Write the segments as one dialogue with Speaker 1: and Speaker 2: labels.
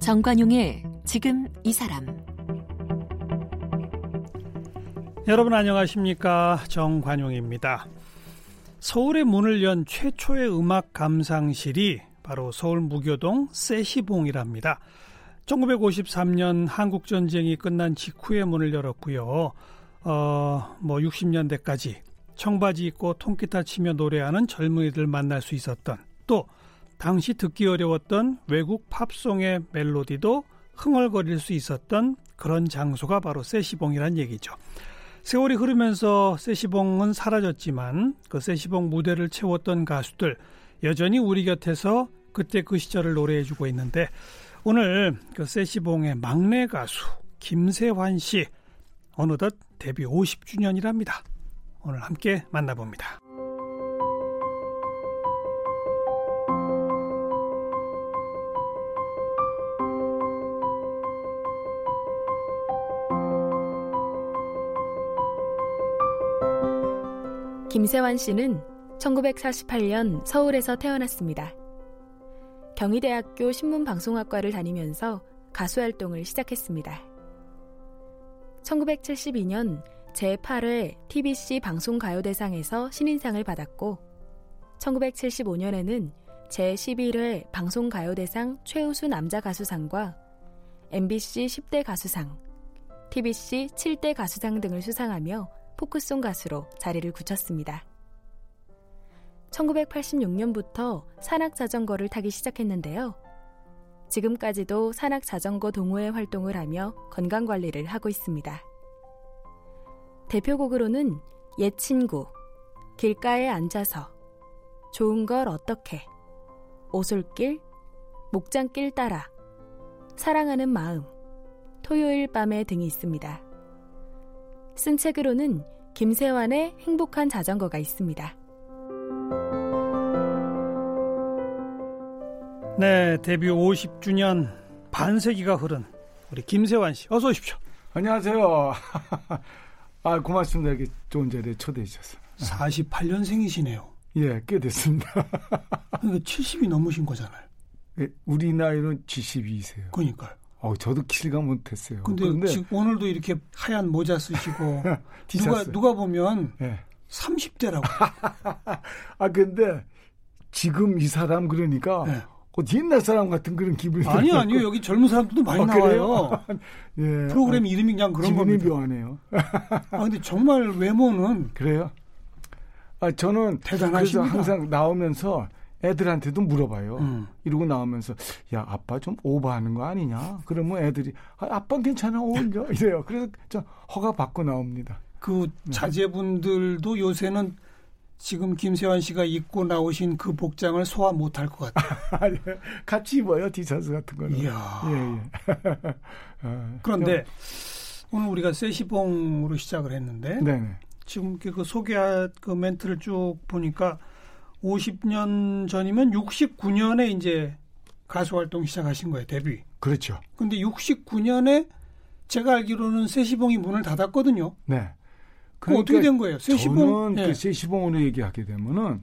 Speaker 1: 정관용의 지금 이 사람
Speaker 2: 여러분 안녕하십니까 정관용입니다. 서울의 문을 연 최초의 음악 감상실이 바로 서울 무교동 세시봉이랍니다. 1953년 한국 전쟁이 끝난 직후에 문을 열었고요. 어, 뭐 60년대까지 청바지 입고 통기타 치며 노래하는 젊은이들 만날 수 있었던 또 당시 듣기 어려웠던 외국 팝송의 멜로디도 흥얼거릴 수 있었던 그런 장소가 바로 세시봉이란 얘기죠. 세월이 흐르면서 세시봉은 사라졌지만 그 세시봉 무대를 채웠던 가수들 여전히 우리 곁에서 그때 그 시절을 노래해주고 있는데 오늘 그 세시봉의 막내 가수 김세환 씨 어느덧 데뷔 50주년이랍니다. 오늘 함께 만나봅니다.
Speaker 3: 김세환 씨는 1948년 서울에서 태어났습니다. 경희대학교 신문방송학과를 다니면서 가수 활동을 시작했습니다. 1972년 제8회 TBC 방송가요대상에서 신인상을 받았고 1975년에는 제11회 방송가요대상 최우수 남자 가수상과 MBC 10대 가수상, TBC 7대 가수상 등을 수상하며 포크송 가수로 자리를 굳혔습니다. 1986년부터 산악 자전거를 타기 시작했는데요. 지금까지도 산악 자전거 동호회 활동을 하며 건강 관리를 하고 있습니다. 대표곡으로는 옛 친구, 길가에 앉아서, 좋은 걸 어떻게, 오솔길, 목장길 따라, 사랑하는 마음, 토요일 밤에 등이 있습니다. 쓴 책으로는 김세환의 행복한 자전거가 있습니다.
Speaker 2: 네, 데뷔 50주년 반세기가 흐른 우리 김세환 씨 어서 오십시오.
Speaker 4: 안녕하세요. 아 고맙습니다. 이렇게 좋은 자리에 초대해 주셔서.
Speaker 2: 48년생이시네요.
Speaker 4: 예, 꽤 됐습니다.
Speaker 2: 그러니까 70이 넘으신 거잖아요.
Speaker 4: 예, 우리 나이는 72세요.
Speaker 2: 그러니까요.
Speaker 4: 어, 저도 실감 못했어요.
Speaker 2: 근데, 지금 오늘도 이렇게 하얀 모자
Speaker 4: 네,
Speaker 2: 쓰시고 누가
Speaker 4: 티셔츠.
Speaker 2: 누가 보면
Speaker 4: 예.
Speaker 2: 30대라고.
Speaker 4: 아 근데 지금 이 사람 그러니까
Speaker 2: 예.
Speaker 4: 어, 옛날 사람 같은 그런 기분이
Speaker 2: 아니
Speaker 4: 들고.
Speaker 2: 아니요. 여기 젊은 사람들도 많이
Speaker 4: 아, 그래요?
Speaker 2: 나와요.
Speaker 4: 예.
Speaker 2: 프로그램 이름이 그냥
Speaker 4: 아,
Speaker 2: 그런
Speaker 4: 기분이
Speaker 2: 겁니다.
Speaker 4: 뭐- 묘하네요.
Speaker 2: 아 근데 정말 외모는
Speaker 4: 그래요? 아 저는 그래서
Speaker 2: 대단하십니다.
Speaker 4: 항상 나오면서 애들한테도 물어봐요.
Speaker 2: 음.
Speaker 4: 이러고 나오면서 야 아빠 좀 오버하는 거 아니냐? 그러면 애들이 아, 아빠 괜찮아 어울려 이래요. 그래서 저 허가 받고 나옵니다.
Speaker 2: 그
Speaker 4: 네.
Speaker 2: 자제분들도 요새는 지금 김세환 씨가 입고 나오신 그 복장을 소화 못할 것 같아요.
Speaker 4: 같이 입어요 티셔츠 같은 거는.
Speaker 2: 이야.
Speaker 4: 예, 예. 아,
Speaker 2: 그런데 오늘 우리가 세시봉으로 시작을 했는데
Speaker 4: 네네.
Speaker 2: 지금 이렇게 그 소개 그 멘트를 쭉 보니까 50년 전이면 69년에 이제 가수 활동 시작하신 거예요 데뷔.
Speaker 4: 그렇죠.
Speaker 2: 근데 69년에 제가 알기로는 세시봉이 문을 닫았거든요.
Speaker 4: 네. 그러니까
Speaker 2: 그 어떻게 된 거예요? 세시봉
Speaker 4: 저는
Speaker 2: 예.
Speaker 4: 그 세시봉으로 얘기하게 되면은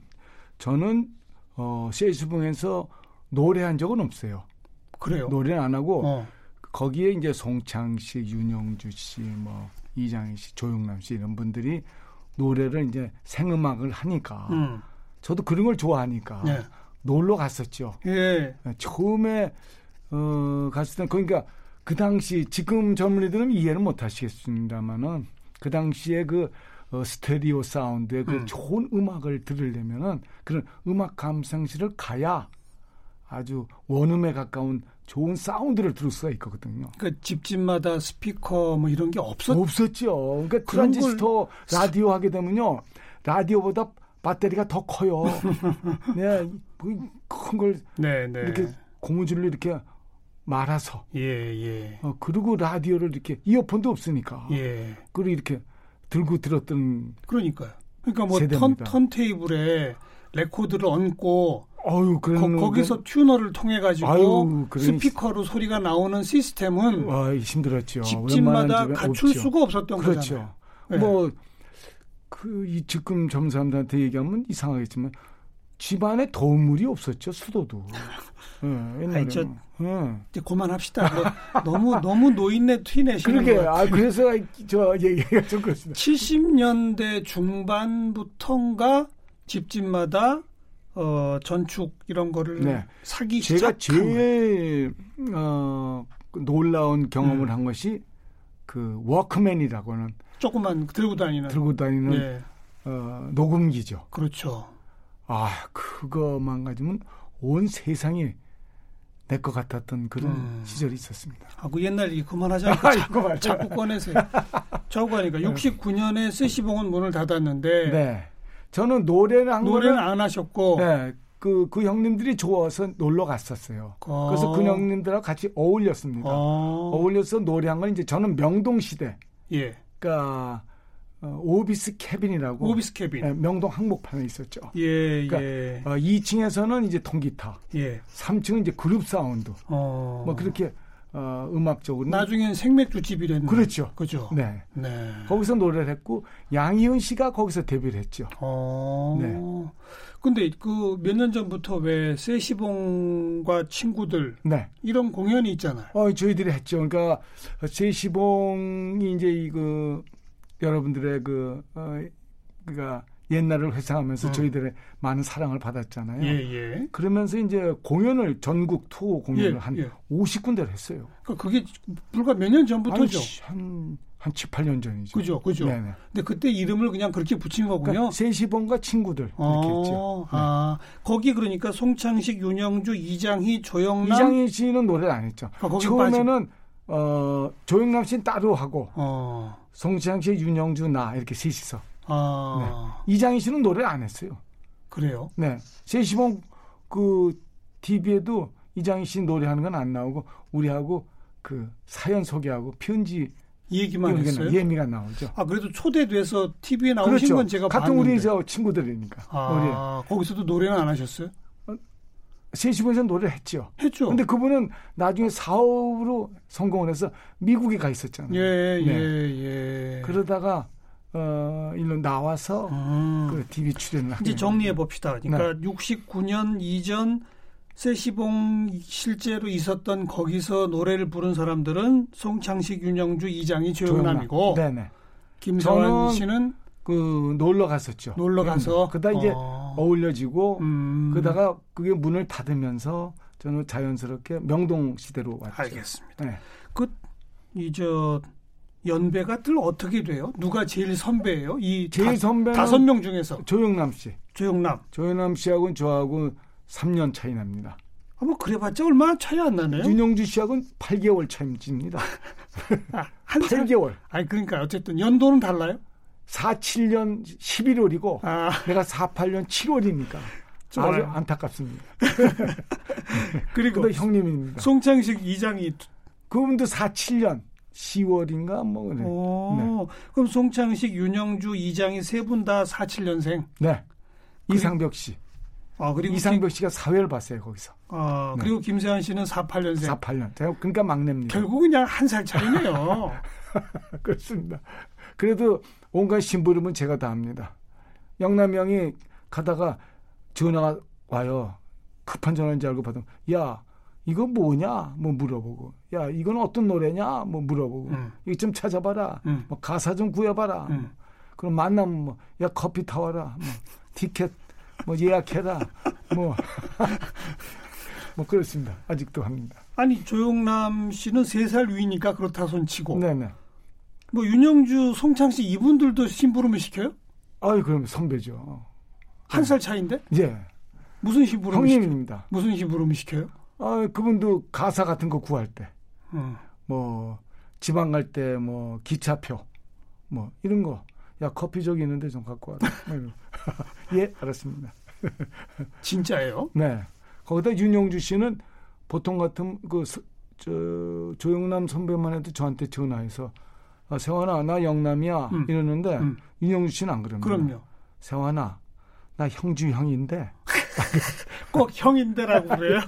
Speaker 4: 저는 어, 세시봉에서 노래한 적은 없어요.
Speaker 2: 그래요.
Speaker 4: 노래는 안 하고
Speaker 2: 어.
Speaker 4: 거기에 이제 송창 씨, 윤영주 씨, 뭐 이장희 씨, 조영남 씨 이런 분들이 노래를 이제 생음악을 하니까
Speaker 2: 음.
Speaker 4: 저도 그런 걸 좋아하니까
Speaker 2: 네.
Speaker 4: 놀러 갔었죠.
Speaker 2: 예.
Speaker 4: 처음에 어, 갔을 때 그러니까 그 당시 지금 젊은이들은 이해를 못 하시겠습니다만은 그 당시에 그 어, 스테레오 사운드의 그
Speaker 2: 음.
Speaker 4: 좋은 음악을 들으려면은 그런 음악 감상실을 가야 아주 원음에 가까운 좋은 사운드를 들을 수가 있거든요.
Speaker 2: 그 집집마다 스피커 뭐 이런 게 없었.
Speaker 4: 없었죠. 그러니까
Speaker 2: 그런
Speaker 4: 트란지스터 라디오 하게 되면요. 라디오보다 배터리가 더 커요. 네, 큰걸
Speaker 2: 네, 네.
Speaker 4: 이렇게 고무줄로 이렇게 말아서
Speaker 2: 예, 예.
Speaker 4: 어, 그리고 라디오를 이렇게 이어폰도 없으니까
Speaker 2: 예.
Speaker 4: 그리고 이렇게 들고 들었던
Speaker 2: 그러니까요. 그러니까 뭐 턴
Speaker 4: 세대입니다.
Speaker 2: 턴테이블에 레코드를 얹고
Speaker 4: 어유 그런
Speaker 2: 거, 기서 튜너를 통해 가지고
Speaker 4: 아유, 그런
Speaker 2: 스피커로 소리가 나오는 시스템은
Speaker 4: 와 힘들었죠.
Speaker 2: 집집마다
Speaker 4: 웬만한 집에
Speaker 2: 갖출
Speaker 4: 없죠.
Speaker 2: 수가 없었던 거잖아요.
Speaker 4: 그렇죠.
Speaker 2: 예.
Speaker 4: 뭐 그 이 지금 젊은 사람들한테 얘기하면 이상하겠지만 집안에 도움물이 없었죠 수도도. 예, 옛날에는.
Speaker 2: 저-
Speaker 4: 예.
Speaker 2: 이제 그만합시다. 뭐 너무 너무 노인네 티내시는
Speaker 4: 그러게
Speaker 2: 거
Speaker 4: 아 그래서 저 얘기가 좀 그렇습니다.
Speaker 2: 70년대 중반부터인가 집집마다 어, 전축 이런 거를
Speaker 4: 네.
Speaker 2: 사기
Speaker 4: 제가
Speaker 2: 시작한 거예요.
Speaker 4: 제일 어, 놀라운 경험을
Speaker 2: 음.
Speaker 4: 한 것이 그 워크맨이라고는
Speaker 2: 조금만 들고 다니는
Speaker 4: 들고 다니는
Speaker 2: 예,
Speaker 4: 어, 녹음기죠.
Speaker 2: 그렇죠.
Speaker 4: 아 그거만 가지면 온 세상이 내 것 같았던 그런
Speaker 2: 음.
Speaker 4: 시절이 있었습니다.
Speaker 2: 하고 그 옛날 이 그만하자니까
Speaker 4: 아 이거 말이야.
Speaker 2: 자꾸 꺼내세요. 저하고 하니까 69년에 스시봉은 문을 닫았는데
Speaker 4: 네. 저는 노래를 한
Speaker 2: 노래는
Speaker 4: 거는
Speaker 2: 안 하셨고
Speaker 4: 네. 그, 그 형님들이 좋아서 놀러 갔었어요.
Speaker 2: 어.
Speaker 4: 그래서 그 형님들하고 같이 어울렸습니다.
Speaker 2: 어,
Speaker 4: 어울려서 노래한 건 이제 저는 명동 시대,
Speaker 2: 예.
Speaker 4: 그러니까 어, 오비스 캐빈이라고
Speaker 2: 오비스 캐빈.
Speaker 4: 예, 명동 항목판에 있었죠.
Speaker 2: 예,
Speaker 4: 그러니까
Speaker 2: 예.
Speaker 4: 어, 2층에서는 이제 통기타,
Speaker 2: 예.
Speaker 4: 3층은 이제 그룹 사운드,
Speaker 2: 어.
Speaker 4: 뭐 그렇게 어, 음악적으로
Speaker 2: 나중엔 생맥주집이 됐네.
Speaker 4: 그렇죠.
Speaker 2: 그죠.
Speaker 4: 네
Speaker 2: 네.
Speaker 4: 거기서 노래를 했고 양희은 씨가 거기서 데뷔를 했죠.
Speaker 2: 어.
Speaker 4: 네.
Speaker 2: 근데 그 몇 년 전부터 왜 세시봉과 친구들
Speaker 4: 네.
Speaker 2: 이런 공연이 있잖아요.
Speaker 4: 어, 저희들이 했죠. 그러니까 제시봉이 이제 이그 여러분들의 그 어, 그러니까 옛날을 회상하면서
Speaker 2: 음.
Speaker 4: 저희들의 많은 사랑을 받았잖아요.
Speaker 2: 예, 예.
Speaker 4: 그러면서 이제 공연을 전국 투어 공연을
Speaker 2: 예,
Speaker 4: 한
Speaker 2: 예.
Speaker 4: 50군데를 했어요.
Speaker 2: 그 그게 불과 몇 년 전부터죠.
Speaker 4: 한한 한 7, 8년 전이죠.
Speaker 2: 뭐 그죠, 그죠.
Speaker 4: 네네.
Speaker 2: 근데 그때 이름을 그냥 그렇게 붙인 거군요.
Speaker 4: 그러니까 세시봉과 친구들 이렇게 했죠. 네.
Speaker 2: 어, 아, 거기 그러니까 송창식, 윤영주, 이장희, 조영남.
Speaker 4: 이장희 씨는 노래를 안 했죠.
Speaker 2: 아, 거긴
Speaker 4: 처음에는 어, 조영남 씨는 따로 하고
Speaker 2: 어,
Speaker 4: 송지창 씨, 윤영주 나 이렇게 셋이서
Speaker 2: 아,
Speaker 4: 이장희 씨는 노래를 안 했어요.
Speaker 2: 그래요.
Speaker 4: 네. 세시봉 그 TV에도 이장희 씨 노래하는 건 안 나오고 우리하고 그 사연 소개하고 편지
Speaker 2: 이 얘기만
Speaker 4: 이런 게
Speaker 2: 했어요.
Speaker 4: 나- 예미가 나오죠. 그렇죠.
Speaker 2: 아, 그래도 초대돼서 TV에 나오신 건 제가
Speaker 4: 같은
Speaker 2: 봤는데.
Speaker 4: 우리 저 친구들이니까. 우리
Speaker 2: 아, 거기서도 노래는 안 하셨어요?
Speaker 4: 세시봉에서 노래를 했죠.
Speaker 2: 했죠.
Speaker 4: 근데 그분은 나중에 사업으로 성공을 해서 미국에 가 있었잖아요.
Speaker 2: 예, 예, 예.
Speaker 4: 네. 그러다가 어 일로 나와서
Speaker 2: 음.
Speaker 4: 그 TV 출연을 하게
Speaker 2: 이제
Speaker 4: 된
Speaker 2: 정리해
Speaker 4: 거예요.
Speaker 2: 봅시다. 그러니까
Speaker 4: 네.
Speaker 2: 69년 이전 세시봉 실제로 있었던 거기서 노래를 부른 사람들은 송창식, 윤영주, 이장희, 조영남이고
Speaker 4: 조영남. 네네.
Speaker 2: 김성환
Speaker 4: 저는-
Speaker 2: 씨는
Speaker 4: 그 놀러 갔었죠. 예.
Speaker 2: 놀러 가서
Speaker 4: 그다 이제
Speaker 2: 어.
Speaker 4: 어울려지고
Speaker 2: 음.
Speaker 4: 그러다가 그게 문을 닫으면서 저는 자연스럽게 명동 시대로 왔죠.
Speaker 2: 알겠습니다.
Speaker 4: 네.
Speaker 2: 이저 연배가 들 어떻게 돼요? 누가 제일 선배예요? 이
Speaker 4: 제일
Speaker 2: 다,
Speaker 4: 선배는
Speaker 2: 다섯 명 중에서
Speaker 4: 조영남 씨.
Speaker 2: 조영남.
Speaker 4: 조영남 씨하고는 저하고 3년 차이 납니다.
Speaker 2: 아, 뭐 그래봤자 얼마 차이 안 나네요.
Speaker 4: 윤영주 씨하고는 8개월 차입니다.
Speaker 2: 아, 한 살.
Speaker 4: 8개월.
Speaker 2: 아니 그러니까 어쨌든 연도는 달라요.
Speaker 4: 47년 11월이고
Speaker 2: 아
Speaker 4: 내가 48년 7월이니까 아주
Speaker 2: 좋아요.
Speaker 4: 안타깝습니다.
Speaker 2: 그리고
Speaker 4: 그도 네. 형님입니다.
Speaker 2: 송창식 이장이
Speaker 4: 그분도 47년 10월인가 뭐 그래.
Speaker 2: 어. 오,
Speaker 4: 네.
Speaker 2: 그럼 송창식, 윤영주, 이장이 세 분 다 47년생.
Speaker 4: 네. 이상벽 씨.
Speaker 2: 아, 그리고
Speaker 4: 이상벽 씨가 사회를 봤어요, 거기서.
Speaker 2: 김, 아,
Speaker 4: 네.
Speaker 2: 그리고 김세환 씨는 48년생.
Speaker 4: 48년. 제가 그러니까 막내입니다.
Speaker 2: 결국은 그냥 한 살 차이네요.
Speaker 4: 그렇습니다. 그래도 온갖 심부름은 제가 다 합니다. 영남이 형이 가다가 전화가 와요. 급한 전화인 줄 알고 받으면 야 이거 뭐냐 뭐 물어보고 야 이건 어떤 노래냐 뭐 물어보고
Speaker 2: 음.
Speaker 4: 이거 좀 찾아봐라
Speaker 2: 음.
Speaker 4: 뭐 가사 좀 구해봐라
Speaker 2: 음.
Speaker 4: 그럼 만나면 뭐 야 커피 타와라 뭐 티켓 뭐 예약해라 뭐 뭐 그렇습니다 아직도 합니다
Speaker 2: 아니, 조용남 씨는 세 살 위니까 그렇다 손 치고.
Speaker 4: 네네
Speaker 2: 뭐, 윤영주, 송창식 이분들도 심부름을 시켜요?
Speaker 4: 아유 그럼 선배죠
Speaker 2: 한 살 차이인데?
Speaker 4: 예
Speaker 2: 무슨 심부름을 시켜요?
Speaker 4: 형님입니다
Speaker 2: 무슨 심부름을 시켜요?
Speaker 4: 아, 그분도 가사 같은 거 구할 때,
Speaker 2: 음.
Speaker 4: 뭐, 지방 갈 때, 뭐, 기차표, 뭐, 이런 거. 야, 커피 저기 있는데 좀 갖고 와라. 뭐 이런 거. 예, 알았습니다.
Speaker 2: 진짜예요?
Speaker 4: 네. 거기다 윤용주 씨는 보통 같은 그, 서- 저, 조영남 선배만 해도 저한테 전화해서, 아, 세환아, 나 영남이야.
Speaker 2: 음.
Speaker 4: 이러는데,
Speaker 2: 음.
Speaker 4: 윤용주 씨는 안 그럽니다.
Speaker 2: 그럼요.
Speaker 4: 세환아, 나 형주 형인데, 네.
Speaker 2: 꼭 형인데라고 그래요?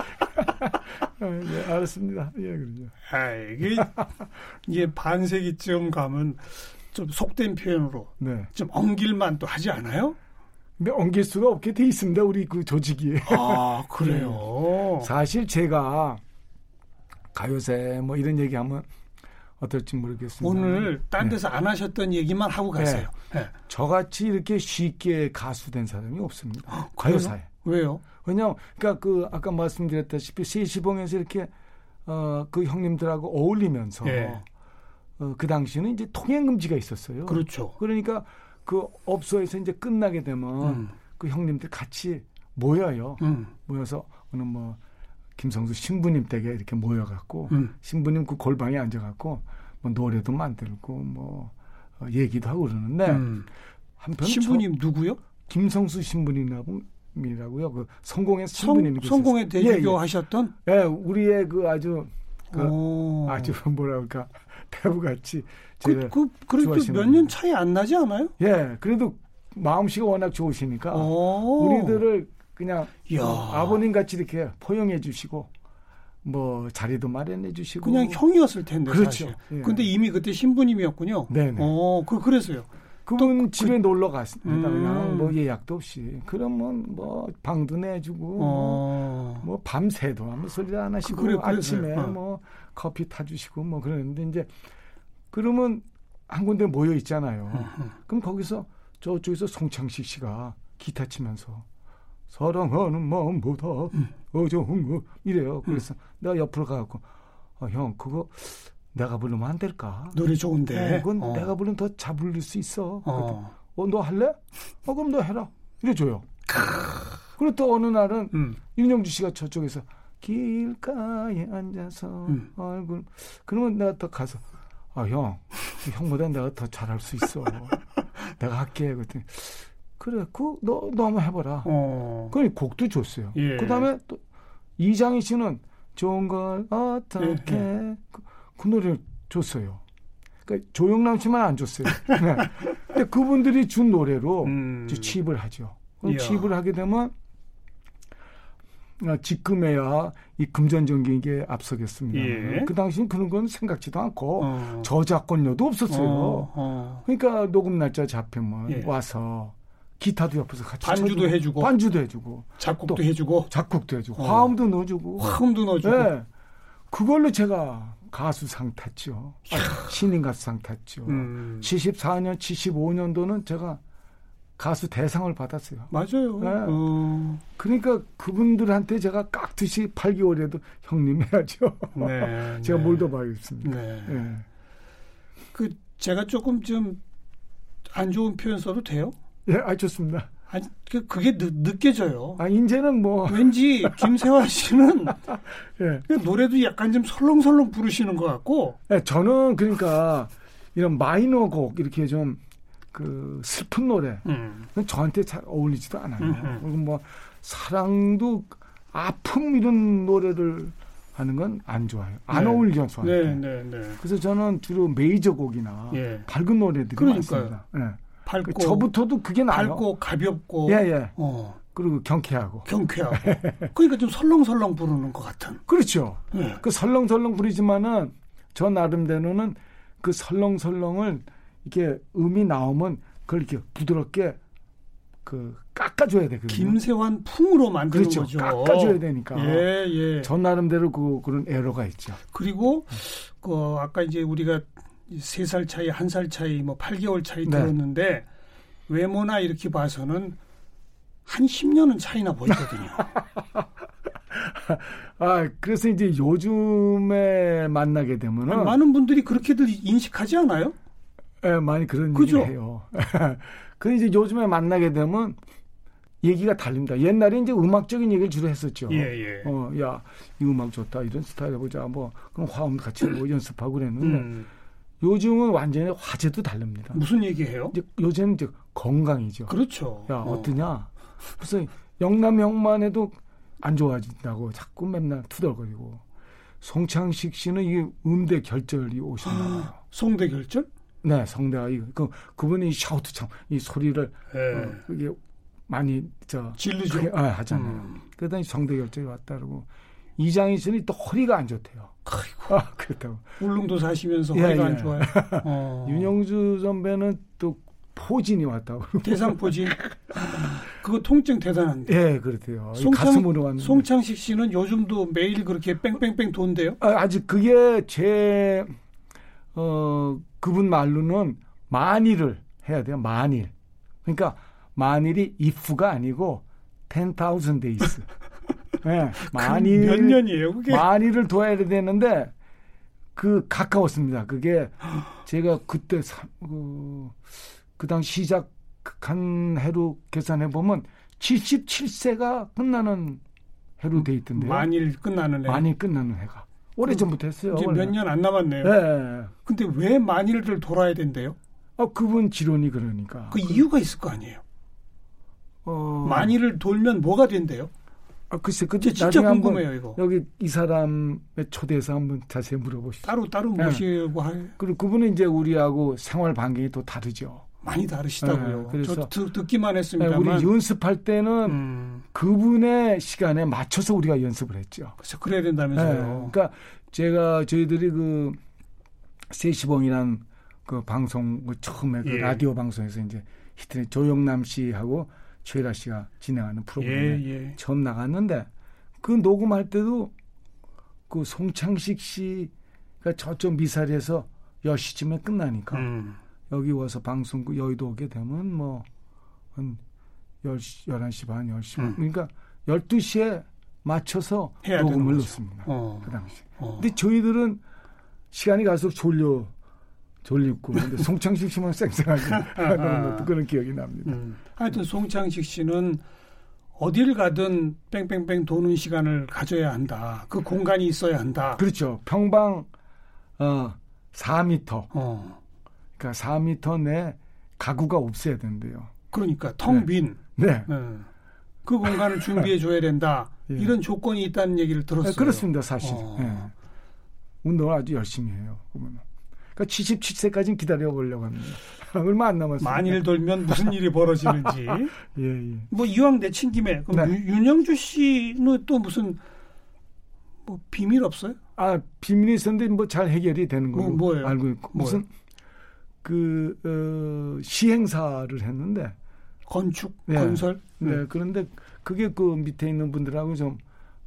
Speaker 4: 아, 예, 알았습니다. 예, 그러죠.
Speaker 2: 아, 이게,
Speaker 4: 음.
Speaker 2: 이게 반세기쯤 가면 좀 속된 표현으로
Speaker 4: 네.
Speaker 2: 좀 엉길만 또 하지 않아요?
Speaker 4: 옮길 수가 없게 돼 있습니다. 우리 그 조직이.
Speaker 2: 아, 그래요.
Speaker 4: 사실 제가 가요제 뭐 이런 얘기하면 어떨지 모르겠습니다. 네.
Speaker 2: 오늘 딴 데서 안 하셨던 얘기만 하고 가세요. 네.
Speaker 4: 저같이 이렇게 쉽게 가수 된 사람이 없습니다.
Speaker 2: 그래요?
Speaker 4: 아, 가요사에.
Speaker 2: 왜요?
Speaker 4: 왜냐면 그러니까 그 아까 말씀드렸다시피 세시봉에서 이렇게 어, 그 형님들하고 어울리면서
Speaker 2: 예.
Speaker 4: 어, 그 당시는 이제 통행 금지가 있었어요.
Speaker 2: 그렇죠.
Speaker 4: 니까그 업소에서 이제 끝나게 되면
Speaker 2: 음.
Speaker 4: 그 형님들 같이 모여요.
Speaker 2: 음,
Speaker 4: 모여서 오늘 뭐 김성수 신부님 댁에 이렇게 모여갖고
Speaker 2: 음.
Speaker 4: 신부님 그 골방에 앉아갖고 뭐 노래도 만들고 뭐 어, 얘기도 하고 그러는데
Speaker 2: 음.
Speaker 4: 한편
Speaker 2: 신부님 누구요?
Speaker 4: 김성수 신부님이라고요. 그 성공의 신부님이
Speaker 2: 성,
Speaker 4: 계셨어요.
Speaker 2: 성공의 대주교
Speaker 4: 예,
Speaker 2: 하셨던?
Speaker 4: 예. 예, 우리의 그 아주 그
Speaker 2: 오.
Speaker 4: 아주 뭐랄까 배우같이 제가
Speaker 2: 어. 그, 그, 그래도
Speaker 4: 좋아하시는
Speaker 2: 몇 년 차이 안 나지 않아요?
Speaker 4: 예 그래도 마음씨가 워낙 좋으시니까
Speaker 2: 오.
Speaker 4: 아, 우리들을 그냥
Speaker 2: 어. 이야.
Speaker 4: 아버님 같이 이렇게 포용해 주시고 뭐 자리도 마련해 주시고
Speaker 2: 그냥 형이었을 텐데
Speaker 4: 어. 그렇죠.
Speaker 2: 사실.
Speaker 4: 예.
Speaker 2: 근데 이미 그때 신부님이었군요.
Speaker 4: 네네.
Speaker 2: 어, 그 그래서요.
Speaker 4: 그분
Speaker 2: 그-
Speaker 4: 집에 놀러 갔습니다
Speaker 2: 음.
Speaker 4: 그냥 뭐 예약도 없이 그러면 뭐 방도 내주고
Speaker 2: 어.
Speaker 4: 뭐 밤새도 아무 소리도 안 하시고
Speaker 2: 그- 그래, 그래,
Speaker 4: 아침에
Speaker 2: 그래. 어.
Speaker 4: 뭐 커피 타주시고 뭐 그러는데 이제 그러면 한 군데 모여
Speaker 2: 음,
Speaker 4: 있잖아요.
Speaker 2: 네.
Speaker 4: 그럼 거기서 저쪽에서 송창식 씨가 기타 치면서 사랑하는 마음보다 어정어
Speaker 2: 음.
Speaker 4: 이래요. 그래서 내가 옆으로 가갖고 어, 형 그거 내가 부르면 안 될까?
Speaker 2: 노래 좋은데.
Speaker 4: 어, 그건
Speaker 2: 어.
Speaker 4: 내가 부르면 더 잘 부를 수 있어.
Speaker 2: 어.
Speaker 4: 어, 너 할래? 어, 그럼 너 해라. 이래줘요. 그리고 또 어느 날은
Speaker 2: 음.
Speaker 4: 윤영주 씨가 저쪽에서 길가에 앉아서
Speaker 2: 음.
Speaker 4: 얼굴 그러면 내가 또 가서 아형 형보다 내가 더 잘할 수 있어 내가 할게 그랬더니 그래 그너너 한번 해봐라
Speaker 2: 어.
Speaker 4: 그걸 곡도 줬어요
Speaker 2: 예.
Speaker 4: 그다음에 또 이장희 씨는 좋은 걸 어떻게
Speaker 2: 예.
Speaker 4: 그, 그 노래를 줬어요 그러니까 조영남 씨만 안 줬어요 네. 근데 그분들이 준 노래로
Speaker 2: 음.
Speaker 4: 이제 취입을 하죠. 그럼
Speaker 2: 이야.
Speaker 4: 취입을 하게 되면 아, 지금에야 이 금전전기에 앞서겠습니다.
Speaker 2: 예.
Speaker 4: 그 당시엔 그런 건 생각지도 않고
Speaker 2: 어.
Speaker 4: 저작권료도 없었어요.
Speaker 2: 어, 어.
Speaker 4: 그러니까 녹음 날짜 잡히면
Speaker 2: 예.
Speaker 4: 와서 기타도 옆에서 같이
Speaker 2: 반주도
Speaker 4: 쳐주고,
Speaker 2: 해주고.
Speaker 4: 반주도 해주고
Speaker 2: 작곡도
Speaker 4: 또-
Speaker 2: 해주고
Speaker 4: 작곡도 해주고
Speaker 2: 어.
Speaker 4: 화음도 넣어주고
Speaker 2: 화음도 넣어주고.
Speaker 4: 예. 그걸로 제가 가수상 탔죠. 아, 신인 가수상 탔죠.
Speaker 2: 음.
Speaker 4: 74년, 75년도는 제가 가수 대상을 받았어요.
Speaker 2: 맞아요.
Speaker 4: 네.
Speaker 2: 어.
Speaker 4: 그러니까 그분들한테 제가 깍듯이 8개월에도 형님 해야죠.
Speaker 2: 네.
Speaker 4: 제가
Speaker 2: 네.
Speaker 4: 뭘 더 봐야겠습니다.
Speaker 2: 네.
Speaker 4: 예.
Speaker 2: 그 제가 조금 좀 안 좋은 표현 써도 돼요?
Speaker 4: 예, 아, 좋습니다.
Speaker 2: 아니 그- 그게 느, 느껴져요.
Speaker 4: 아, 이제는 뭐,
Speaker 2: 왠지 김세화 씨는
Speaker 4: 예.
Speaker 2: 그 노래도 약간 좀 설렁설렁 부르시는 것 같고
Speaker 4: 예, 저는 그러니까 이런 마이너 곡, 이렇게 좀 그 슬픈 노래,
Speaker 2: 음.
Speaker 4: 그건 저한테 잘 어울리지도 않아요.
Speaker 2: 음흠.
Speaker 4: 그리고 뭐, 사랑도 아픔 이런 노래를 하는 건 안 좋아요. 안
Speaker 2: 네.
Speaker 4: 어울려,
Speaker 2: 네,
Speaker 4: 저한테.
Speaker 2: 네, 네.
Speaker 4: 그래서 저는 주로 메이저 곡이나
Speaker 2: 예.
Speaker 4: 밝은 노래들이
Speaker 2: 그러니까요.
Speaker 4: 많습니다. 예.
Speaker 2: 밝고
Speaker 4: 저부터도 그게 나아요.
Speaker 2: 밝고 가볍고
Speaker 4: 예, 예.
Speaker 2: 어,
Speaker 4: 그리고 경쾌하고.
Speaker 2: 경쾌하고 그러니까 좀 설렁설렁 부르는 것 같은.
Speaker 4: 그렇죠.
Speaker 2: 예.
Speaker 4: 그 설렁설렁 부리지만은 저 나름대로는 그 설렁설렁을 이렇게 음이 나오면 그걸 이렇게 부드럽게 그 깎아줘야 되거든요.
Speaker 2: 김세환 풍으로 만드는
Speaker 4: 그렇죠.
Speaker 2: 거죠.
Speaker 4: 깎아줘야 되니까.
Speaker 2: 예, 예.
Speaker 4: 저 나름대로 그, 그런 에러가 있죠.
Speaker 2: 그리고 그 아까 이제 우리가 세 살 차이, 한 살 차이, 뭐 8개월 차이
Speaker 4: 네.
Speaker 2: 들었는데 외모나 이렇게 봐서는 한 10년은 차이나 보이거든요.
Speaker 4: 아, 그래서 이제 요즘에 만나게 되면은
Speaker 2: 아니, 많은 분들이 그렇게들 인식하지 않아요?
Speaker 4: 예, 많이 그런
Speaker 2: 그죠?
Speaker 4: 얘기를 해요. 근데 이제 요즘에 만나게 되면 얘기가 달립니다. 옛날에 이제 음악적인 얘기를 주로 했었죠.
Speaker 2: 예, 예.
Speaker 4: 어, 야, 이 음악 좋다. 이런 스타일 해보자. 뭐, 그럼 화음 같이 뭐 연습하고 그랬는데
Speaker 2: 음,
Speaker 4: 요즘은 완전히 화제도 다릅니다.
Speaker 2: 무슨 얘기해요?
Speaker 4: 이제 요새는 이제 건강이죠.
Speaker 2: 그렇죠.
Speaker 4: 야,
Speaker 2: 어.
Speaker 4: 어. 떠냐 무슨 영남형만 해도 안 좋아진다고 자꾸 맨날 투덜거리고. 송창식 씨는 이 음대 결절이 오셨나봐요.
Speaker 2: 아. 송대 결절?
Speaker 4: 네, 성대가 이 그, 그분이 이 샤우트 참, 이 소리를
Speaker 2: 예.
Speaker 4: 어, 그게 많이 저
Speaker 2: 진르죠.
Speaker 4: 그게, 아, 하잖아요.
Speaker 2: 음.
Speaker 4: 그러더니 성대 결절이 왔다고 이장희 씨는 또 허리가 안 좋대요.
Speaker 2: 아이고,
Speaker 4: 아, 그렇다고.
Speaker 2: 울릉도 사시면서
Speaker 4: 예,
Speaker 2: 허리가
Speaker 4: 예.
Speaker 2: 안 좋아요. 어.
Speaker 4: 윤영주 선배는 또 포진이 왔다고.
Speaker 2: 대상포진. 그거 통증 대단한데.
Speaker 4: 예, 그렇대요. 이
Speaker 2: 네. 송창-
Speaker 4: 가슴으로 왔는데.
Speaker 2: 송창식 씨는 요즘도 매일 그렇게 뺑뺑뺑 돈대요.
Speaker 4: 아, 아직 그게 제, 어, 그분 말로는 만일을 해야 돼요. 만일. 그러니까 만일이 if가 아니고 10,000 days. 예, 만일.
Speaker 2: 몇 년이에요, 그게?
Speaker 4: 만일을 둬야 되는데 그 가까웠습니다. 그게 제가 그때 사- 어, 그 당시 시작한 해로 계산해 보면 77세가 끝나는 해로 돼 있던데요.
Speaker 2: 만일 끝나는 애.
Speaker 4: 많이 끝나는 해가 오래 전부터 했어요.
Speaker 2: 네. 그 이제 몇
Speaker 4: 원래는.
Speaker 2: 년 안 남았네요.
Speaker 4: 예.
Speaker 2: 근데 왜 만일을 돌아야 된대요?
Speaker 4: 아 그분 지론이 그러니까.
Speaker 2: 그 이유가 있을 거 아니에요.
Speaker 4: 어,
Speaker 2: 만일을 돌면 뭐가 된대요?
Speaker 4: 아, 글쎄 그
Speaker 2: 이제 진짜 궁금해요 이거.
Speaker 4: 여기 이 사람의 초대해서 한번 자세히 물어보시죠.
Speaker 2: 따로 따로
Speaker 4: 네.
Speaker 2: 모시고 할
Speaker 4: 그리고 그분은 이제 우리하고 생활 반경이 또 다르죠.
Speaker 2: 많이 다르시다고요.
Speaker 4: 네, 그래서-
Speaker 2: 저 듣, 듣기만
Speaker 4: 예,
Speaker 2: 했습니다만.
Speaker 4: 우리 연습할 때는
Speaker 2: 음,
Speaker 4: 그분의 시간에 맞춰서 우리가 연습을 했죠.
Speaker 2: 그래서 그래야
Speaker 4: 예,
Speaker 2: 된다면서요.
Speaker 4: 그러니까 제가 저희들이 그 세시봉이란 그 방송 그 처음에 그
Speaker 2: 예.
Speaker 4: 라디오 방송에서 이제 히트는 조영남 씨하고 최라 씨가 진행하는 프로그램에
Speaker 2: 예, 예.
Speaker 4: 처음 나갔는데 그 녹음할 때도 그 송창식 씨가 저쪽 미사리에서 10시쯤에 끝나니까
Speaker 2: 음.
Speaker 4: 여기 와서 방송 그 여의도 오게 되면 뭐 한 10시, 11시 반, 10시 반.
Speaker 2: 음.
Speaker 4: 그러니까 12시에 맞춰서
Speaker 2: 해야 되는
Speaker 4: 녹음을
Speaker 2: 거죠.
Speaker 4: 넣습니다.
Speaker 2: 어.
Speaker 4: 그 당시.
Speaker 2: 어.
Speaker 4: 근데 저희들은 시간이 갈수록 졸려 졸리고 근데 송창식 씨만 쌩쌩하게
Speaker 2: 아,
Speaker 4: 하는 것도 그런 기억이 납니다.
Speaker 2: 음. 하여튼 송창식 씨는 어딜 가든 뺑뺑뺑 도는 시간을 가져야 한다. 그 공간이 있어야 한다.
Speaker 4: 그렇죠. 평방 어 4미터.
Speaker 2: 어.
Speaker 4: 그러니까 4미터 내 가구가 없어야 된대요.
Speaker 2: 그러니까 텅 빈.
Speaker 4: 네.
Speaker 2: 어. 그 공간을 준비해 줘야 된다.
Speaker 4: 예.
Speaker 2: 이런 조건이 있다는 얘기를 들었어요.
Speaker 4: 네, 그렇습니다, 사실.
Speaker 2: 어.
Speaker 4: 예. 운동을 아주 열심히 해요. 그러면. 그러니까 77세까지는 기다려 보려고 합니다. 얼마 안 남았어요.
Speaker 2: 만일 돌면 무슨 일이 벌어지는지.
Speaker 4: 예, 예.
Speaker 2: 뭐 이왕 내친 김에 그럼
Speaker 4: 네.
Speaker 2: 유- 윤영주 씨는 또 무슨 뭐 비밀 없어요?
Speaker 4: 아, 비밀이 있었는데 뭐 잘 해결이 되는 걸로
Speaker 2: 뭐, 뭐예요?
Speaker 4: 알고 있고.
Speaker 2: 뭐예요?
Speaker 4: 무슨 그 어, 시행사를 했는데
Speaker 2: 건축,
Speaker 4: 네.
Speaker 2: 건설.
Speaker 4: 네, 그런데 그게 그 밑에 있는 분들하고 좀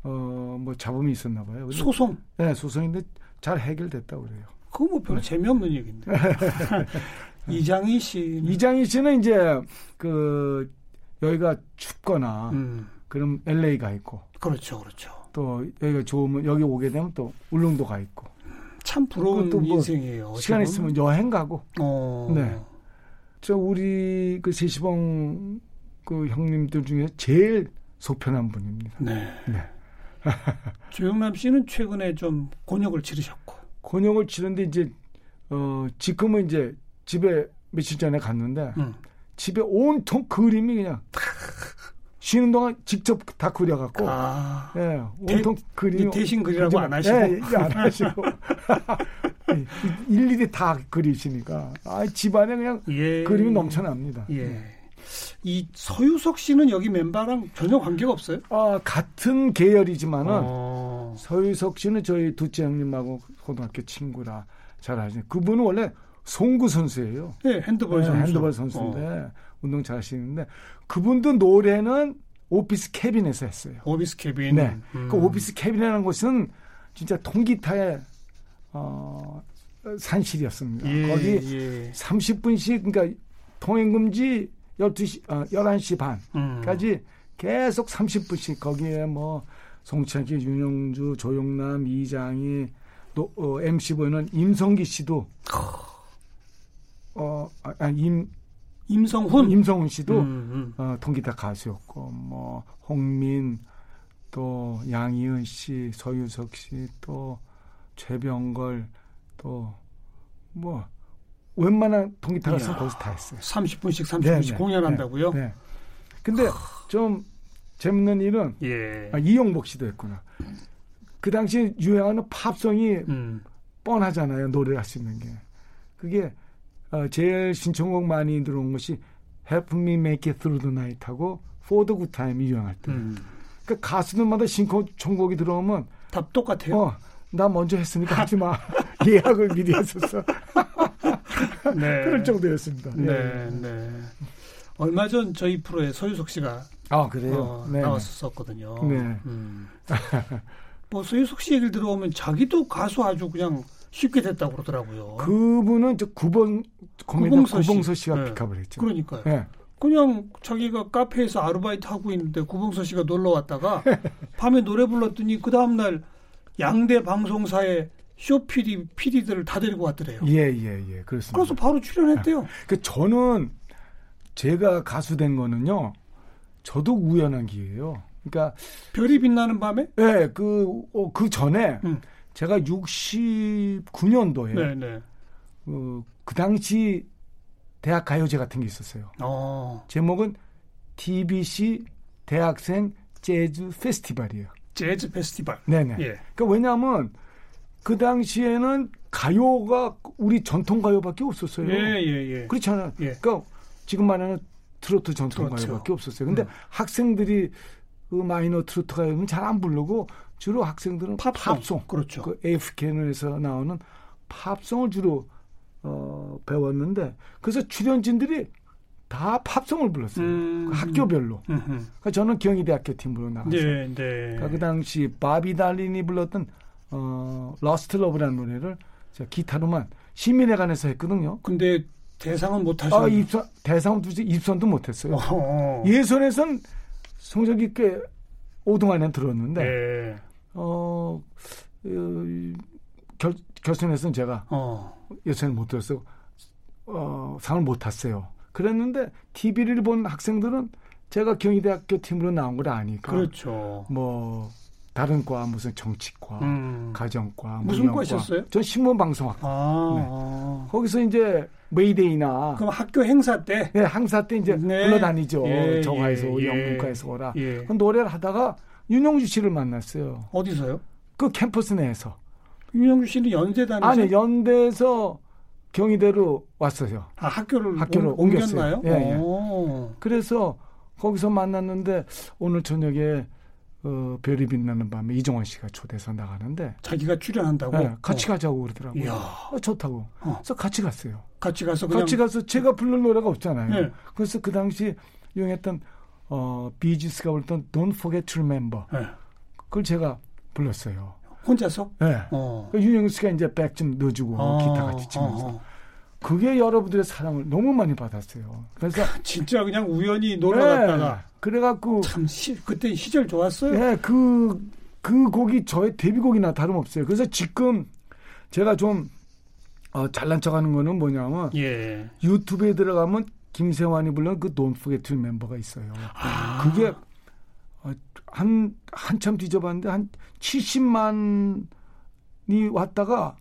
Speaker 4: 어, 뭐 잡음이 있었나 봐요. 그래서-
Speaker 2: 소송.
Speaker 4: 네, 소송인데 잘 해결됐다고 그래요.
Speaker 2: 그거 뭐
Speaker 4: 네.
Speaker 2: 별로 재미없는 얘기인데. 이장희 씨는
Speaker 4: 이장희 씨는 이제 그 여기가 춥거나
Speaker 2: 음,
Speaker 4: 그럼 LA 가 있고
Speaker 2: 그렇죠, 그렇죠.
Speaker 4: 또 여기가 좋으면 여기 오게 되면 또 울릉도 가 있고
Speaker 2: 참 부러운
Speaker 4: 그것도 뭐
Speaker 2: 인생이에요. 어찌
Speaker 4: 시간
Speaker 2: 보면.
Speaker 4: 있으면 여행 가고
Speaker 2: 어,
Speaker 4: 네. 저 우리 그 세시봉 그 형님들 중에 제일 속편한 분입니다.
Speaker 2: 네.
Speaker 4: 네.
Speaker 2: 조영남 씨는 최근에 좀 곤욕을 치르셨고.
Speaker 4: 곤욕을 치는데 이제 어 지금은 이제 집에 며칠 전에 갔는데
Speaker 2: 음.
Speaker 4: 집에 온통 그림이 그냥 쉬는 동안 직접 다 그려갖고
Speaker 2: 아.
Speaker 4: 예 온통 그림이
Speaker 2: 근데 대신 그리라고 안 하시고.
Speaker 4: 예, 예, 안 하시고 일일이 다 그리시니까 아, 집안에 그냥
Speaker 2: 예.
Speaker 4: 그림이 넘쳐납니다.
Speaker 2: 예. 이 서유석 씨는 여기 멤버랑 전혀 관계가 없어요?
Speaker 4: 아, 같은 계열이지만은 아.
Speaker 2: 어.
Speaker 4: 서유석 씨는 저희 둘째 형님하고 고등학교 친구라 잘 아시네. 그분은 원래 송구 선수예요.
Speaker 2: 예, 핸드볼
Speaker 4: 네,
Speaker 2: 선수. 어,
Speaker 4: 핸드볼 선수인데 운동 잘하시는데 그분도 노래는 오피스 캐빈에서 했어요.
Speaker 2: 어, 오비스 케빈.
Speaker 4: 네.
Speaker 2: 음.
Speaker 4: 그 오피스 캐빈이라는 곳은 진짜 통기타의 어, 산실이었습니다.
Speaker 2: 예,
Speaker 4: 거기
Speaker 2: 예.
Speaker 4: 30분씩 그러니까 통행금지 12시 어, 11시
Speaker 2: 음.
Speaker 4: 반까지 계속 30분씩 거기에 뭐 송창기, 윤영주, 조용남, 이장희 또 어, MC 보이는 임성기 씨도
Speaker 2: 음.
Speaker 4: 어, 아, 아, 임
Speaker 2: 임성훈.
Speaker 4: 임성훈 씨도
Speaker 2: 음, 음.
Speaker 4: 어, 통기타 가수였고 뭐 홍민 또 양희은 씨, 서유석 씨 또 최병걸 또 뭐 웬만한 통기타 가수
Speaker 2: 이야.
Speaker 4: 거기서 다 했어요.
Speaker 2: 30분씩
Speaker 4: 네,
Speaker 2: 30분씩
Speaker 4: 네,
Speaker 2: 공연한다고요?
Speaker 4: 네. 근데 좀 재밌는 일은
Speaker 2: 예.
Speaker 4: 아, 이용복 씨도 했구나. 그 당시 유행하는 팝송이
Speaker 2: 음.
Speaker 4: 뻔하잖아요. 노래를 할 수 있는 게. 그게 어, 제일 신청곡 많이 들어온 것이 Help Me Make It Through the Night 하고 For the Good Time이 유행할 때.
Speaker 2: 음.
Speaker 4: 그러니까 가수들마다 신청곡이 들어오면
Speaker 2: 답 똑같아요.
Speaker 4: 어, 나 먼저 했으니까 하지 마. 예약을 미리 했었어.
Speaker 2: 네.
Speaker 4: 그럴 정도였습니다.
Speaker 2: 네,
Speaker 4: 예.
Speaker 2: 네. 얼마 전 저희 프로에 서유석 씨가
Speaker 4: 아 그래요.
Speaker 2: 어,
Speaker 4: 네.
Speaker 2: 나왔었거든요.
Speaker 4: 네.
Speaker 2: 음. 뭐 서유석 씨 얘기를 들어보면 자기도 가수 아주 그냥 쉽게 됐다고 그러더라고요.
Speaker 4: 그분은 저 9번 고민한
Speaker 2: 구봉서 씨.
Speaker 4: 구봉서 씨가
Speaker 2: 네.
Speaker 4: 픽업을 했죠.
Speaker 2: 그러니까요.
Speaker 4: 예.
Speaker 2: 그냥 자기가 카페에서 아르바이트 하고 있는데 구봉서 씨가 놀러 왔다가 밤에 노래 불렀더니 그 다음 날 양대 방송사의 쇼 PD, PD들을 다 데리고 왔더래요.
Speaker 4: 예, 예, 예. 그렇습니다.
Speaker 2: 그래서 바로 출연했대요.
Speaker 4: 그 저는 제가 가수 된 거는요. 저도 우연한 기회예요. 그러니까
Speaker 2: 별이 빛나는 밤에.
Speaker 4: 예, 그, 어, 그 전에
Speaker 2: 음.
Speaker 4: 제가 69년도에
Speaker 2: 네, 네.
Speaker 4: 어, 그 당시 대학 가요제 같은 게 있었어요.
Speaker 2: 어,
Speaker 4: 제목은 TBC 대학생 재즈 페스티벌이에요.
Speaker 2: 재즈 페스티벌.
Speaker 4: 네네.
Speaker 2: 예.
Speaker 4: 그러니까 왜냐하면 그 당시에는 가요가 우리 전통 가요밖에 없었어요.
Speaker 2: 예, 예, 예.
Speaker 4: 그렇잖아요.
Speaker 2: 예.
Speaker 4: 그러니까 지금 말하는 트로트 전통
Speaker 2: 그렇죠.
Speaker 4: 가요밖에 없었어요. 근데
Speaker 2: 음.
Speaker 4: 학생들이 그 마이너 트로트 가요는 잘 안 부르고 주로 학생들은
Speaker 2: 팝송.
Speaker 4: 팝송,
Speaker 2: 그렇죠.
Speaker 4: 그 에이프캔에서 나오는 팝송을 주로 어, 배웠는데 그래서 출연진들이 다 팝송을 불렀어요.
Speaker 2: 음.
Speaker 4: 그 학교별로.
Speaker 2: 음흠.
Speaker 4: 그러니까 저는 경희대학교 팀으로 나왔어요.
Speaker 2: 네, 네.
Speaker 4: 그러니까 그 당시 바비 달린이 불렀던 어, 러스트 러브라는 노래를 제가 기타로만 시민회관에서 했거든요.
Speaker 2: 근데 대상은 못 하셨.
Speaker 4: 아, 입선 대상 두지 입선도 못했어요.
Speaker 2: 어.
Speaker 4: 예선에선 성적이 꽤 5등 안에 들었는데
Speaker 2: 예.
Speaker 4: 어, 어, 결, 결선에서는 제가
Speaker 2: 어.
Speaker 4: 예선을 못 들었어 어, 상을 못 탔어요. 그랬는데 TV를 본 학생들은 제가 경희대학교 팀으로 나온 걸 아니까
Speaker 2: 그렇죠.
Speaker 4: 뭐 다른 과 무슨 정치과
Speaker 2: 음.
Speaker 4: 아. 가정과
Speaker 2: 무슨
Speaker 4: 문명과.
Speaker 2: 과셨어요?
Speaker 4: 전 신문방송학.
Speaker 2: 아.
Speaker 4: 네.
Speaker 2: 아.
Speaker 4: 거기서 이제 메이데이나
Speaker 2: 그럼 학교 행사 때.
Speaker 4: 네, 항사 때 이제
Speaker 2: 네.
Speaker 4: 불러다니죠.
Speaker 2: 예,
Speaker 4: 정화에서
Speaker 2: 예,
Speaker 4: 오
Speaker 2: 예.
Speaker 4: 영문과에서 오라.
Speaker 2: 예.
Speaker 4: 그 노래를 하다가 윤영주 씨를 만났어요.
Speaker 2: 어디서요?
Speaker 4: 그 캠퍼스 내에서.
Speaker 2: 윤영주 씨는 연세 다니죠?
Speaker 4: 아니 연대에서 경희대로 왔어요.
Speaker 2: 아, 학교를
Speaker 4: 학교를
Speaker 2: 옮, 옮겼나요?
Speaker 4: 옮겼어요. 예, 예.
Speaker 2: 오.
Speaker 4: 그래서 거기서 만났는데 오늘 저녁에 어, 별이 빛나는 밤에 이종원 씨가 초대해서 나가는데
Speaker 2: 자기가 출연한다고.
Speaker 4: 네, 같이
Speaker 2: 어.
Speaker 4: 가자고 그러더라고요.
Speaker 2: 이야.
Speaker 4: 어, 좋다고.
Speaker 2: 어.
Speaker 4: 그래서 같이 갔어요.
Speaker 2: 같이 가서 그냥
Speaker 4: 같이 가서 제가 부른 노래가 없잖아요.
Speaker 2: 예.
Speaker 4: 그래서 그 당시 유행했던 어, 비지스가 불렀던 Don't Forget to Remember
Speaker 2: 예.
Speaker 4: 그걸 제가 불렀어요.
Speaker 2: 혼자서.
Speaker 4: 예.
Speaker 2: 어.
Speaker 4: 그 윤영수 씨가 이제 백 좀 넣어주고 뭐, 기타 같이 치면서 그게 여러분들의 사랑을 너무 많이 받았어요. 그래서
Speaker 2: 진짜 그냥 우연히 놀러 갔다가
Speaker 4: 예. 그래갖고
Speaker 2: 참 시, 그때 시절 좋았어요.
Speaker 4: 예, 그, 그 곡이 저의 데뷔곡이나 다름없어요. 그래서 지금 제가 좀 어, 잘난 척하는 거는 뭐냐면
Speaker 2: 예.
Speaker 4: 유튜브에 들어가면 김세환이 불른 그 Don't Forget to Remember가 있어요.
Speaker 2: 아.
Speaker 4: 그게 어, 한 한참 뒤져봤는데 한 70만이 왔다가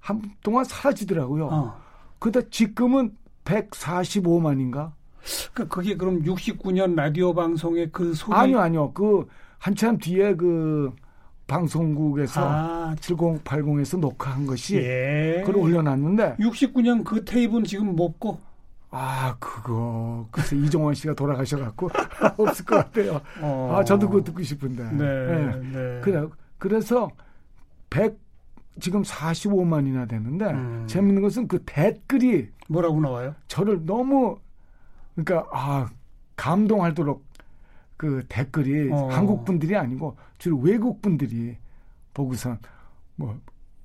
Speaker 4: 한 동안 사라지더라고요.
Speaker 2: 어.
Speaker 4: 그러다 지금은 145만인가?
Speaker 2: 그러니까 그게 그럼 69년 라디오 방송의 그 소리
Speaker 4: 아니요, 아니요. 그 한참 뒤에 그 방송국에서
Speaker 2: 아,
Speaker 4: 7080에서 녹화한 것이
Speaker 2: 예.
Speaker 4: 그걸 올려놨는데
Speaker 2: 69년 그 테이프는 지금 못고
Speaker 4: 아 그거 그래서 이종원 씨가 돌아가셔갖고 없을 것 같아요.
Speaker 2: 어.
Speaker 4: 아 저도 그거 듣고 싶은데.
Speaker 2: 네.
Speaker 4: 예.
Speaker 2: 네.
Speaker 4: 그래 그래서 100 지금 45만이나 되는데
Speaker 2: 음.
Speaker 4: 재밌는 것은 그 댓글이
Speaker 2: 뭐라고 나와요?
Speaker 4: 저를 너무 그러니까 아 감동하도록 그 댓글이
Speaker 2: 어.
Speaker 4: 한국 분들이 아니고 주로 외국 분들이 보고선 뭐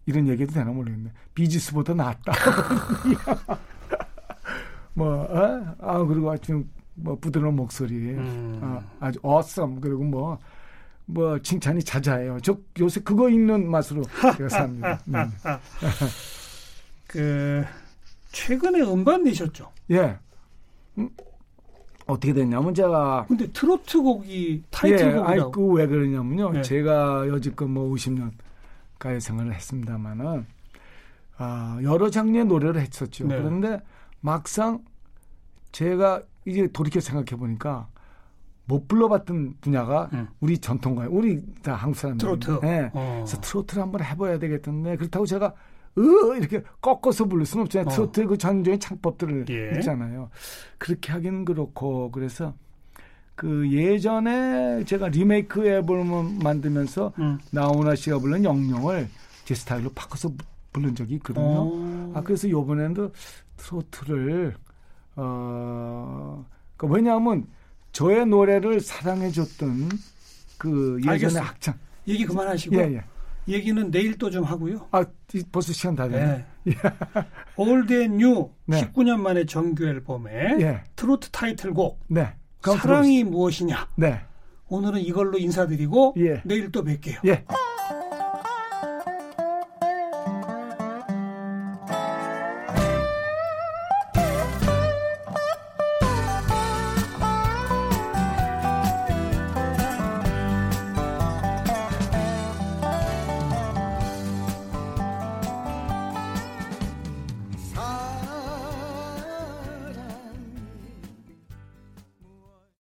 Speaker 4: 이런 얘기도 되나 모르겠네 비지스보다 낫다 뭐아 그리고 아주 뭐 부드러운 목소리
Speaker 2: 음.
Speaker 4: 아, 아주 awesome 그리고 뭐 뭐 칭찬이 자자해요. 저 요새 그거 읽는 맛으로 제가 삽니다. 네.
Speaker 2: 그 최근에 음반 내셨죠?
Speaker 4: 예. 음, 어떻게 됐냐면 제가
Speaker 2: 근데 트로트 곡이
Speaker 4: 예, 아니
Speaker 2: 타이틀곡이라고.
Speaker 4: 그왜 그러냐면요.
Speaker 2: 예.
Speaker 4: 제가 여지껏 뭐 50년 가요 생활을 했습니다마는 아, 여러 장르의 노래를 했었죠.
Speaker 2: 네.
Speaker 4: 그런데 막상 제가 이제 돌이켜 생각해 보니까 못 불러봤던 분야가
Speaker 2: 음.
Speaker 4: 우리 전통가요. 우리 다 한국 사람들.
Speaker 2: 트로트.
Speaker 4: 예.
Speaker 2: 어.
Speaker 4: 그래서 트로트를 한번 해봐야 되겠던데 그렇다고 제가 으 이렇게 꺾어서 부를 수는 없잖아요.
Speaker 2: 어.
Speaker 4: 트로트의 그 전종의 창법들을
Speaker 2: 예.
Speaker 4: 있잖아요. 그렇게 하긴 그렇고 그래서 그 예전에 제가 리메이크 앨범을 만들면서
Speaker 2: 음.
Speaker 4: 나훈아 씨가 부른 영영을 제 스타일로 바꿔서 부- 부른 적이 있거든요.
Speaker 2: 어.
Speaker 4: 아 그래서 요번에도 트로트를 어 그 왜냐하면 저의 노래를 사랑해줬던 그 예전의
Speaker 2: 알겠어요.
Speaker 4: 학창.
Speaker 2: 얘기 그만하시고
Speaker 4: 예, 예.
Speaker 2: 얘기는 내일 또 좀 하고요.
Speaker 4: 아, 이- 벌써 시간 다 됐네.
Speaker 2: 네. 올드앤뉴
Speaker 4: 예. 네.
Speaker 2: 19년 만의 정규 앨범에
Speaker 4: 예.
Speaker 2: 트로트 타이틀곡
Speaker 4: 네. 그럼
Speaker 2: 네. 사랑이 무엇이냐
Speaker 4: 들어보시- 네.
Speaker 2: 오늘은 이걸로 인사드리고
Speaker 4: 예.
Speaker 2: 내일 또 뵐게요.
Speaker 4: 예.